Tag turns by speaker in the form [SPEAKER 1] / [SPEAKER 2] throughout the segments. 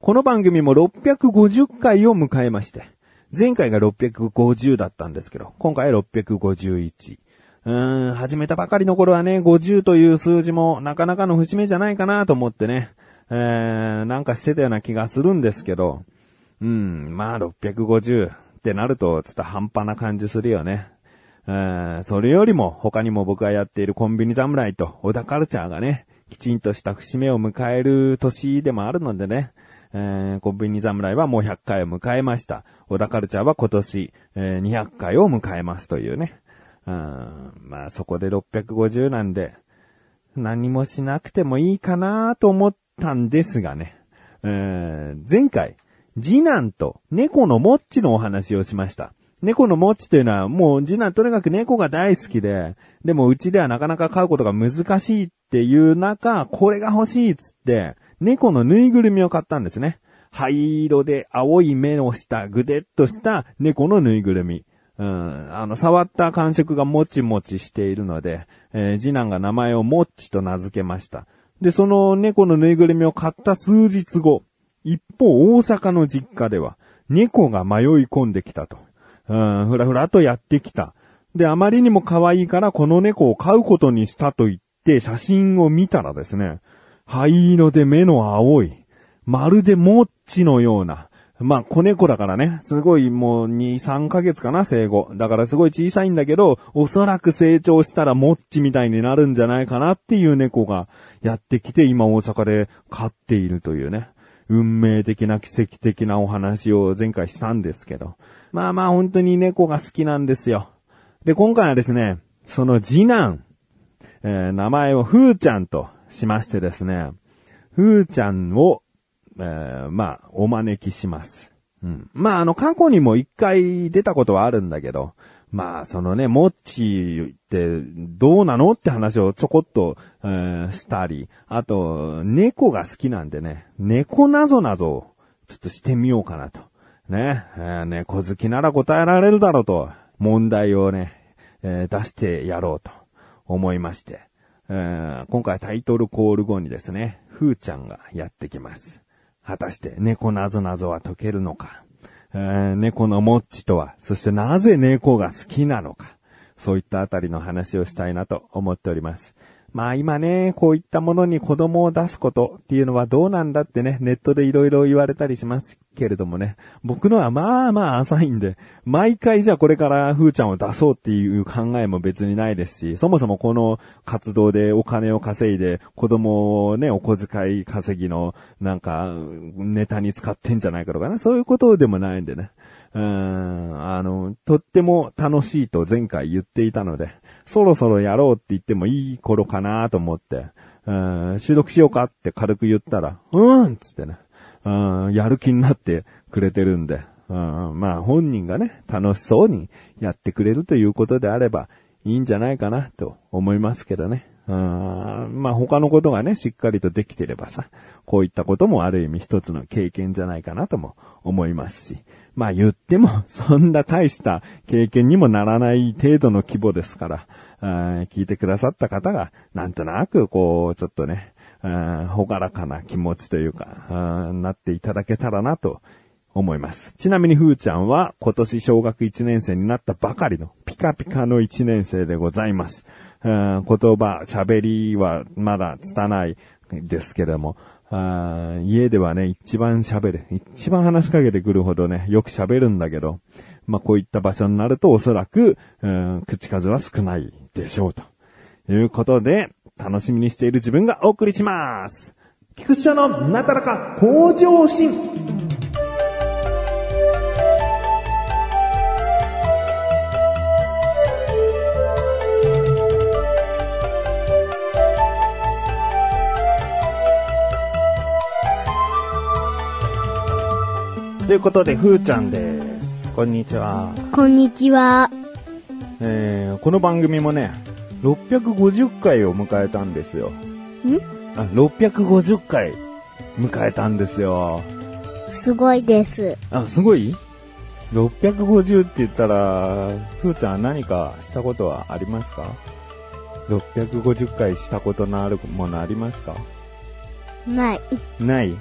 [SPEAKER 1] この番組も650回を迎えまして、前回が650だったんですけど、今回は651。うーん、始めたばかりの頃はね、50という数字もなかなかの節目じゃないかなと思ってね、えー、なんかしてたような気がするんですけど、うん、まあ650ってなるとちょっと半端な感じするよね。うんそれよりも他にも僕がやっているコンビニ侍と小田カルチャーがね、きちんとした節目を迎える年でもあるのでね、えーコンビニ侍はもう100回を迎えました。小田カルチャーは今年、えー200回を迎えますというね。うんまあそこで650なんで、何もしなくてもいいかなと思ったんですがね。えー前回、次男と猫のもっちのお話をしました。猫のもっちというのはもう次男とにかく猫が大好きで、でもうちではなかなか飼うことが難しいっていう中、これが欲しいっつって、猫のぬいぐるみを買ったんですね。灰色で青い目をした、ぐでっとした猫のぬいぐるみ。うん、あの、触った感触がもちもちしているので、えー次男が名前をもっちと名付けました。で、その猫のぬいぐるみを買った数日後、一方、大阪の実家では、猫が迷い込んできたと。うん、ふらふらとやってきた。で、あまりにも可愛いから、この猫を飼うことにしたと言って、写真を見たらですね、灰色で目の青い、まるでモッチのような、まあ、子猫だからね、すごいもう2、3ヶ月かな、生後。だからすごい小さいんだけど、おそらく成長したらモッチみたいになるんじゃないかなっていう猫がやってきて、今大阪で飼っているというね。運命的な奇跡的なお話を前回したんですけど。まあまあ本当に猫が好きなんですよ。で、今回はですね、その次男、えー名前をふーちゃんとしましてですね、ふーちゃんを、えーまあ、お招きします。うん。まあ、あの、過去にも一回出たことはあるんだけど、まあ、そのね、モッチってどうなのって話をちょこっと、えーしたり、あと、猫が好きなんでね、猫なぞなぞをちょっとしてみようかなと。ね、えー猫好きなら答えられるだろうと、問題をね、えー出してやろうと思いまして、えー今回タイトルコール後にですね、ふーちゃんがやってきます。果たして猫なぞなぞは解けるのか、えー猫のモッチとは、そしてなぜ猫が好きなのか、そういったあたりの話をしたいなと思っております。まあ今ね、こういったものに子供を出すことっていうのはどうなんだってね、ネットでいろいろ言われたりしますけれどもね、僕のはまあまあ浅いんで、毎回じゃあこれからふーちゃんを出そうっていう考えも別にないですし、そもそもこの活動でお金を稼いで子供をね、お小遣い稼ぎのなんかネタに使ってんじゃないかとかね、そういうことでもないんでね。うーん、あの、とっても楽しいと前回言っていたので、そろそろやろうって言ってもいい頃かなと思って、うーん、収録しようかって軽く言ったら、うーんっつってね、うーん、やる気になってくれてるんで、うん、まあ本人がね、楽しそうにやってくれるということであれば、いいんじゃないかなと思いますけどね。うん、まあ他のことがね、しっかりとできてればさ、こういったこともある意味一つの経験じゃないかなとも思いますし、まあ言ってもそんな大した経験にもならない程度の規模ですから、あー聞いてくださった方がなんとなくこう、ちょっとね、あーほがらかな気持ちというか、あーなっていただけたらなと思います。ちなみにふーちゃんは今年小学1年生になったばかりのピカピカの1年生でございます。うん言葉、喋りはまだ拙いですけれども、あー家ではね、一番喋る。一番話しかけてくるほどね、よく喋るんだけど、まあ、こういった場所になるとおそらく、うん口数は少ないでしょうと。いうことで、楽しみにしている自分がお送りします。菊池社のなたらか向上心。ということで、ふーちゃんです。こんにちは。
[SPEAKER 2] こんにちは。
[SPEAKER 1] えーこの番組もね、650回を迎えたんですよ。
[SPEAKER 2] ん
[SPEAKER 1] あ、650回迎えたんですよ。
[SPEAKER 2] すごいです。
[SPEAKER 1] あ、すごい ?650 って言ったら、ふーちゃん何かしたことはありますか ?650 回したことのあるものありますか
[SPEAKER 2] ない。
[SPEAKER 1] ない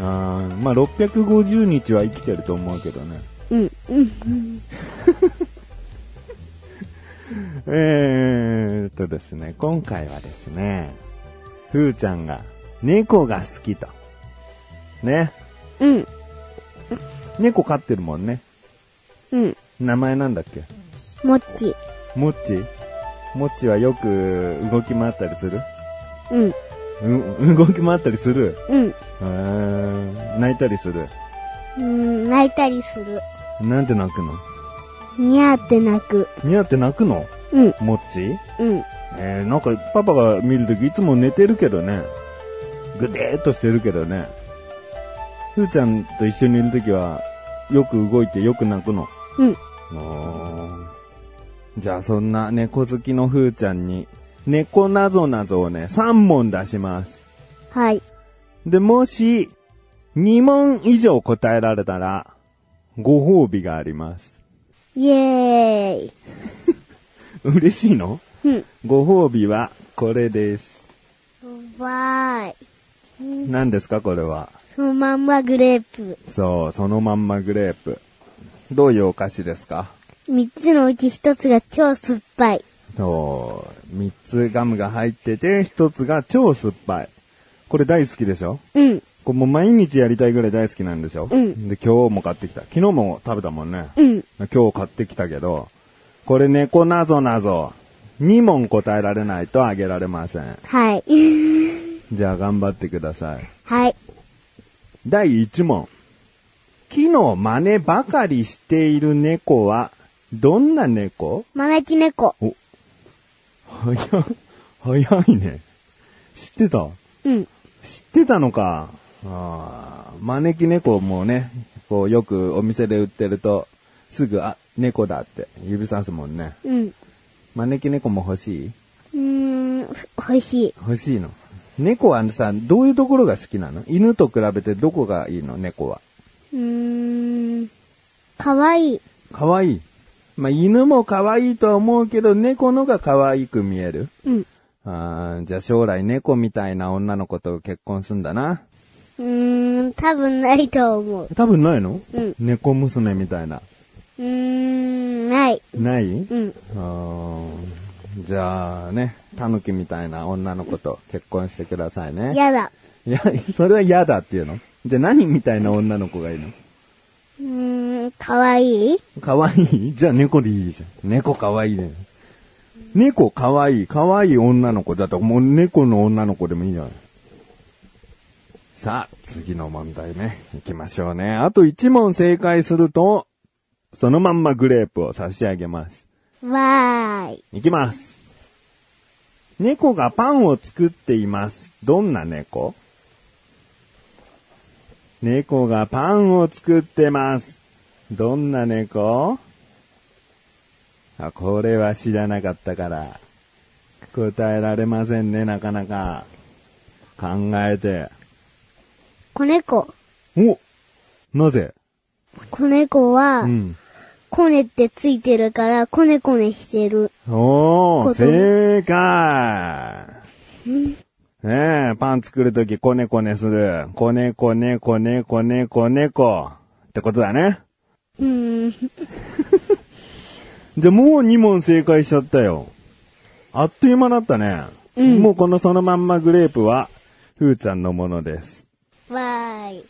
[SPEAKER 1] あーまあ、650日は生きてると思うけどね。
[SPEAKER 2] うん、うん、
[SPEAKER 1] えーっとですね、今回はですね、ふーちゃんが猫が好きと。ね。
[SPEAKER 2] うん、
[SPEAKER 1] 猫飼ってるもんね。
[SPEAKER 2] うん、
[SPEAKER 1] 名前なんだっけ
[SPEAKER 2] もっち、
[SPEAKER 1] もっちもっちはよく動き回ったりする
[SPEAKER 2] うん、
[SPEAKER 1] う、動き回ったりする
[SPEAKER 2] うん、
[SPEAKER 1] うーん泣いたりする
[SPEAKER 2] うん、泣いたりする。
[SPEAKER 1] なんて泣くの
[SPEAKER 2] にゃーって泣く。
[SPEAKER 1] ニャって泣くの
[SPEAKER 2] うん、
[SPEAKER 1] もっち
[SPEAKER 2] うん、
[SPEAKER 1] えー、なんかパパが見るときいつも寝てるけどね。ぐでーっとしてるけどね。ふーちゃんと一緒にいるときは、よく動いてよく泣くの。
[SPEAKER 2] うん。
[SPEAKER 1] じゃあそんな猫好きのふーちゃんに、猫なぞなぞをね、3問出します。
[SPEAKER 2] はい、
[SPEAKER 1] で、もし、2問以上答えられたら、ご褒美があります。
[SPEAKER 2] イエーイ。
[SPEAKER 1] 嬉しいの
[SPEAKER 2] うん、
[SPEAKER 1] ご褒美は、これです。
[SPEAKER 2] うまい。
[SPEAKER 1] 何ですか、これは。
[SPEAKER 2] そのまんまグレープ。
[SPEAKER 1] そう、そのまんまグレープ。どういうお菓子ですか
[SPEAKER 2] 三つのうち一つが超酸っぱい。
[SPEAKER 1] そう、三つガムが入ってて、一つが超酸っぱい。これ大好きでしょ
[SPEAKER 2] うん、
[SPEAKER 1] これもう毎日やりたいぐらい大好きなんでしょ
[SPEAKER 2] うん
[SPEAKER 1] で、今日も買ってきた。昨日も食べたもんね。
[SPEAKER 2] うん、
[SPEAKER 1] 今日買ってきたけど、これ猫なぞなぞ。2問答えられないとあげられません。
[SPEAKER 2] はい。
[SPEAKER 1] じゃあ頑張ってください。
[SPEAKER 2] はい、
[SPEAKER 1] 第1問。木の真似ばかりしている猫は、どんな猫
[SPEAKER 2] 招き猫。
[SPEAKER 1] お、早い、早いね。知ってた
[SPEAKER 2] うん、
[SPEAKER 1] 知ってたのか。ああ、招き猫もね、こうよくお店で売ってると、すぐ、あ、猫だって指さすもんね。
[SPEAKER 2] うん。
[SPEAKER 1] 招き猫も欲しいう
[SPEAKER 2] ーん、美味しい。
[SPEAKER 1] 欲しいの。猫はさ、どういうところが好きなの犬と比べてどこがいいの猫は。
[SPEAKER 2] うーん、かわいい。
[SPEAKER 1] 可愛いまあ、犬も可愛いとは思うけど、猫のが可愛く見える。
[SPEAKER 2] うん。
[SPEAKER 1] あーじゃあ将来猫みたいな女の子と結婚すんだな。
[SPEAKER 2] うーん、多分ないと思う。
[SPEAKER 1] 多分ないの
[SPEAKER 2] うん。
[SPEAKER 1] 猫娘みたいな。
[SPEAKER 2] うーん、ない。
[SPEAKER 1] ない
[SPEAKER 2] うん。
[SPEAKER 1] あーじゃあね、狸みたいな女の子と結婚してくださいね。
[SPEAKER 2] やだ。
[SPEAKER 1] いや、それは嫌だっていうのじゃあ何みたいな女の子がいいの
[SPEAKER 2] うーん、かわいい
[SPEAKER 1] 可愛いじゃあ猫でいいじゃん。猫可愛いね。猫可愛い可愛い女の子だと、もう猫の女の子でもいいじゃない。さあ、次の問題ね。行きましょうね。あと1問正解すると、そのまんまグレープを差し上げます。
[SPEAKER 2] わーい。
[SPEAKER 1] いきます。猫がパンを作っています。どんな猫猫がパンを作ってます。どんな猫あ、これは知らなかったから。答えられませんね、なかなか。考えて。
[SPEAKER 2] 子猫。
[SPEAKER 1] おなぜ
[SPEAKER 2] 子猫は
[SPEAKER 1] う、ん。
[SPEAKER 2] こねってついてるから、こねこねしてる。
[SPEAKER 1] おー、
[SPEAKER 2] 子供
[SPEAKER 1] 正解ねえ、パン作るとき、こねこねする。こねこねこねこねこねこ。ってことだね。
[SPEAKER 2] うーん。
[SPEAKER 1] じゃ、もう2問正解しちゃったよ。あっという間だったね。
[SPEAKER 2] うん
[SPEAKER 1] もうこのそのまんまグレープは、ふーちゃんのものです。
[SPEAKER 2] わーい。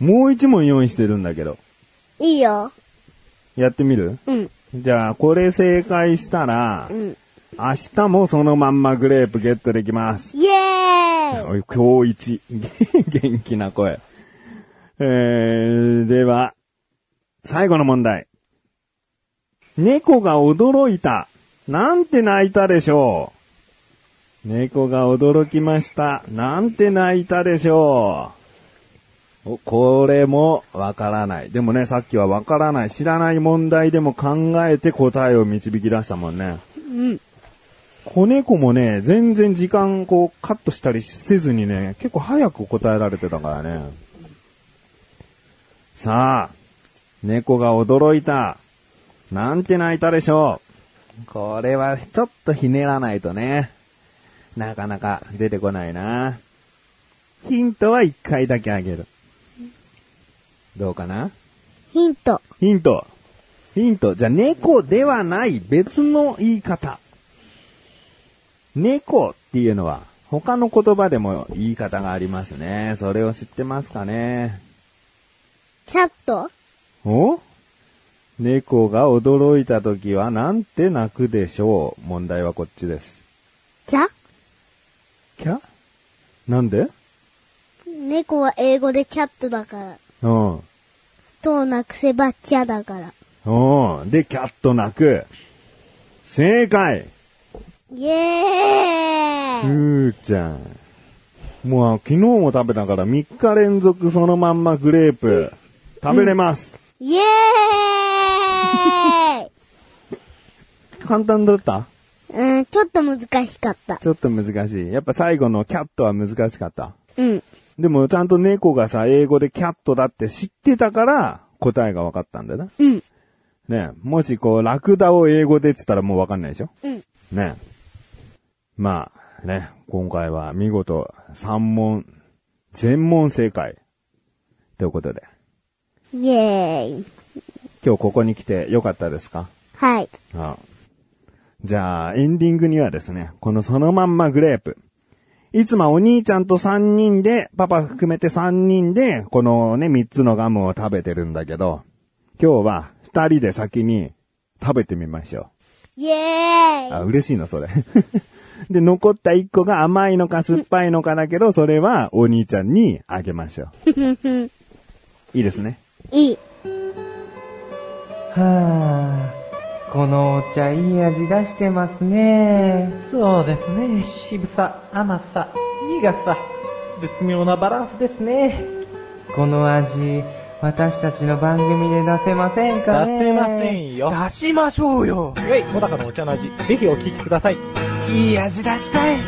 [SPEAKER 1] もう1問用意してるんだけど。
[SPEAKER 2] いいよ。
[SPEAKER 1] やってみる
[SPEAKER 2] うん。
[SPEAKER 1] じゃあ、これ正解したら
[SPEAKER 2] う、ん。
[SPEAKER 1] 明日もそのまんまグレープゲットできます。
[SPEAKER 2] イエーイ
[SPEAKER 1] おい今日一。 元気な声。えー、では、最後の問題。猫が驚いた。なんて泣いたでしょう。猫が驚きました。なんて泣いたでしょう。おこれもわからない。でもね、さっきはわからない。知らない問題でも考えて答えを導き出したもんね。
[SPEAKER 2] うん。
[SPEAKER 1] 子猫もね、全然時間こうカットしたりせずにね、結構早く答えられてたからね。さあ、猫が驚いた。なんて泣いたでしょう。これはちょっとひねらないとね、なかなか出てこないな。ヒントは1回だけあげる。どうかな
[SPEAKER 2] ヒント。
[SPEAKER 1] ヒント。ヒント。じゃあ、猫ではない別の言い方。猫っていうのは他の言葉でも言い方がありますね。それを知ってますかね
[SPEAKER 2] キャット。
[SPEAKER 1] お猫が驚いた時はなんて泣くでしょう。問題はこっちです。
[SPEAKER 2] キャ
[SPEAKER 1] キャなんで
[SPEAKER 2] 猫は英語でキャットだから。
[SPEAKER 1] うん。
[SPEAKER 2] とをなくせばキャだから。
[SPEAKER 1] うん。で、キャット泣く。正解
[SPEAKER 2] イエ
[SPEAKER 1] ふ
[SPEAKER 2] ーイ
[SPEAKER 1] ーちゃん。もう昨日も食べたから3日連続そのまんまグレープ食べれます。
[SPEAKER 2] イエーイ
[SPEAKER 1] 簡単だった
[SPEAKER 2] うん、ちょっと難しかった。
[SPEAKER 1] ちょっと難しい。やっぱ最後のキャットは難しかった。
[SPEAKER 2] うん。
[SPEAKER 1] でもちゃんと猫がさ、英語でキャットだって知ってたから答えが分かったんだよな。
[SPEAKER 2] うん。
[SPEAKER 1] ねえもしこう、ラクダを英語でって言ったらもう分かんないでしょ
[SPEAKER 2] うん。
[SPEAKER 1] ねえ。まあ、ね、今回は見事3問、全問正解。ということで、
[SPEAKER 2] イエーイ。
[SPEAKER 1] 今日ここに来てよかったですか
[SPEAKER 2] はい。
[SPEAKER 1] ああじゃあ、エンディングにはですね、このそのまんまグレープ。いつもお兄ちゃんと3人で、パパ含めて3人で、このね、3つのガムを食べてるんだけど、今日は2人で先に食べてみましょ
[SPEAKER 2] イ
[SPEAKER 1] う。
[SPEAKER 2] エーイ
[SPEAKER 1] あ、嬉しいの、それ。 で、残った1個が甘いのか酸っぱいのかだけど、それはお兄ちゃんにあげましょう。いいですね。
[SPEAKER 2] いい。
[SPEAKER 3] はあ、このお茶いい味出してますね。そうですね。渋さ、甘さ、苦さ、絶妙なバランスですね。この味、私たちの番組で出せませんかね
[SPEAKER 4] 出せませんよ
[SPEAKER 3] 出しましょうよ。
[SPEAKER 4] イェイ小高のお茶の味、ぜひお聞きください。
[SPEAKER 3] いい味出したい。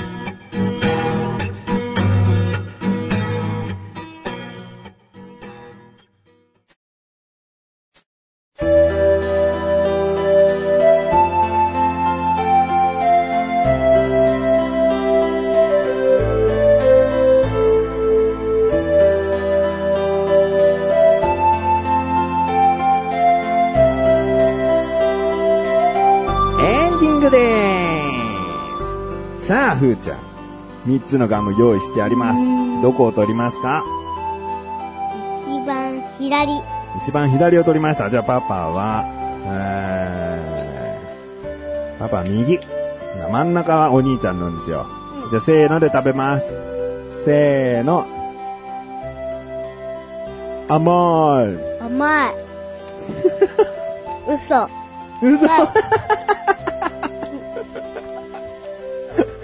[SPEAKER 1] エンディングでーすさあ、ふーちゃん。三つのガム用意してあります。どこを取りますか
[SPEAKER 2] 一番左。
[SPEAKER 1] 一番左を取りました。じゃあパパは、えー、パパは右。真ん中はお兄ちゃんのんですよ
[SPEAKER 2] う
[SPEAKER 1] うんじゃあせーので食べます。せーの。甘い。
[SPEAKER 2] 甘い。嘘。
[SPEAKER 1] 嘘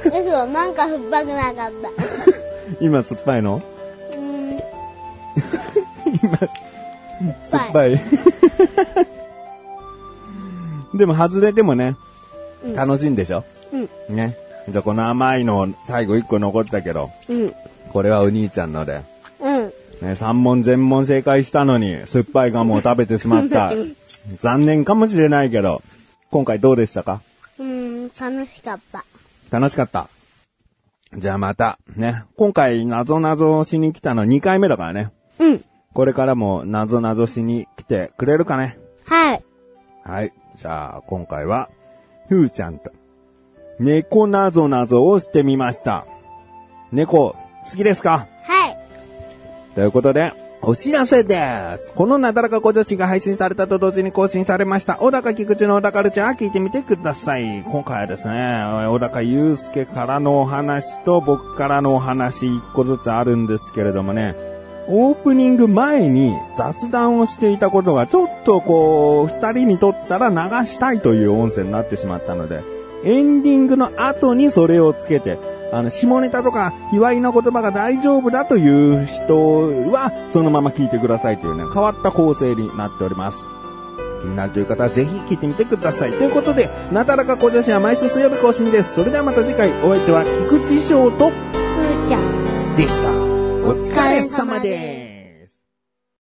[SPEAKER 2] 嘘、なんか酸っぱくなかった。
[SPEAKER 1] 今酸っぱいの
[SPEAKER 2] うーん、
[SPEAKER 1] 酸っぱい。 でも外れてもね、
[SPEAKER 2] うん
[SPEAKER 1] 楽しいんでしょ
[SPEAKER 2] うん、
[SPEAKER 1] ね。じゃあこの甘いの最後一個残ったけど、
[SPEAKER 2] うん、
[SPEAKER 1] これはお兄ちゃんので、
[SPEAKER 2] うん。
[SPEAKER 1] ね、3問全問正解したのに、酸っぱいガムを食べてしま った。残念かもしれないけど、今回どうでしたか
[SPEAKER 2] うーん、楽しかった。
[SPEAKER 1] 楽しかった。じゃあまた、ね。今回、謎々をしに来たの2回目だからね。
[SPEAKER 2] うん、
[SPEAKER 1] これからも謎々しに来てくれるかね
[SPEAKER 2] はい。
[SPEAKER 1] はい。じゃあ、今回は、ふーちゃんと、猫なぞなぞをしてみました。猫、好きですか
[SPEAKER 2] はい。
[SPEAKER 1] ということで、お知らせです。このなだらかご女子が配信されたと同時に更新されました、小高菊池の小高ルチャー聞いてみてください。今回はですね、小高祐介からのお話と僕からのお話一個ずつあるんですけれどもね、オープニング前に雑談をしていたことがちょっとこう、二人にとったら流したいという音声になってしまったので、エンディングの後にそれをつけて、あの、下ネタとか、卑猥な言葉が大丈夫だという人は、そのまま聞いてくださいというね、変わった構成になっております。気になるという方はぜひ聞いてみてください。ということで、なだらか小女子は毎週水曜日更新です。それではまた次回、お相手は菊池翔と
[SPEAKER 2] ふーちゃん。
[SPEAKER 1] でした。お
[SPEAKER 2] 疲れ様です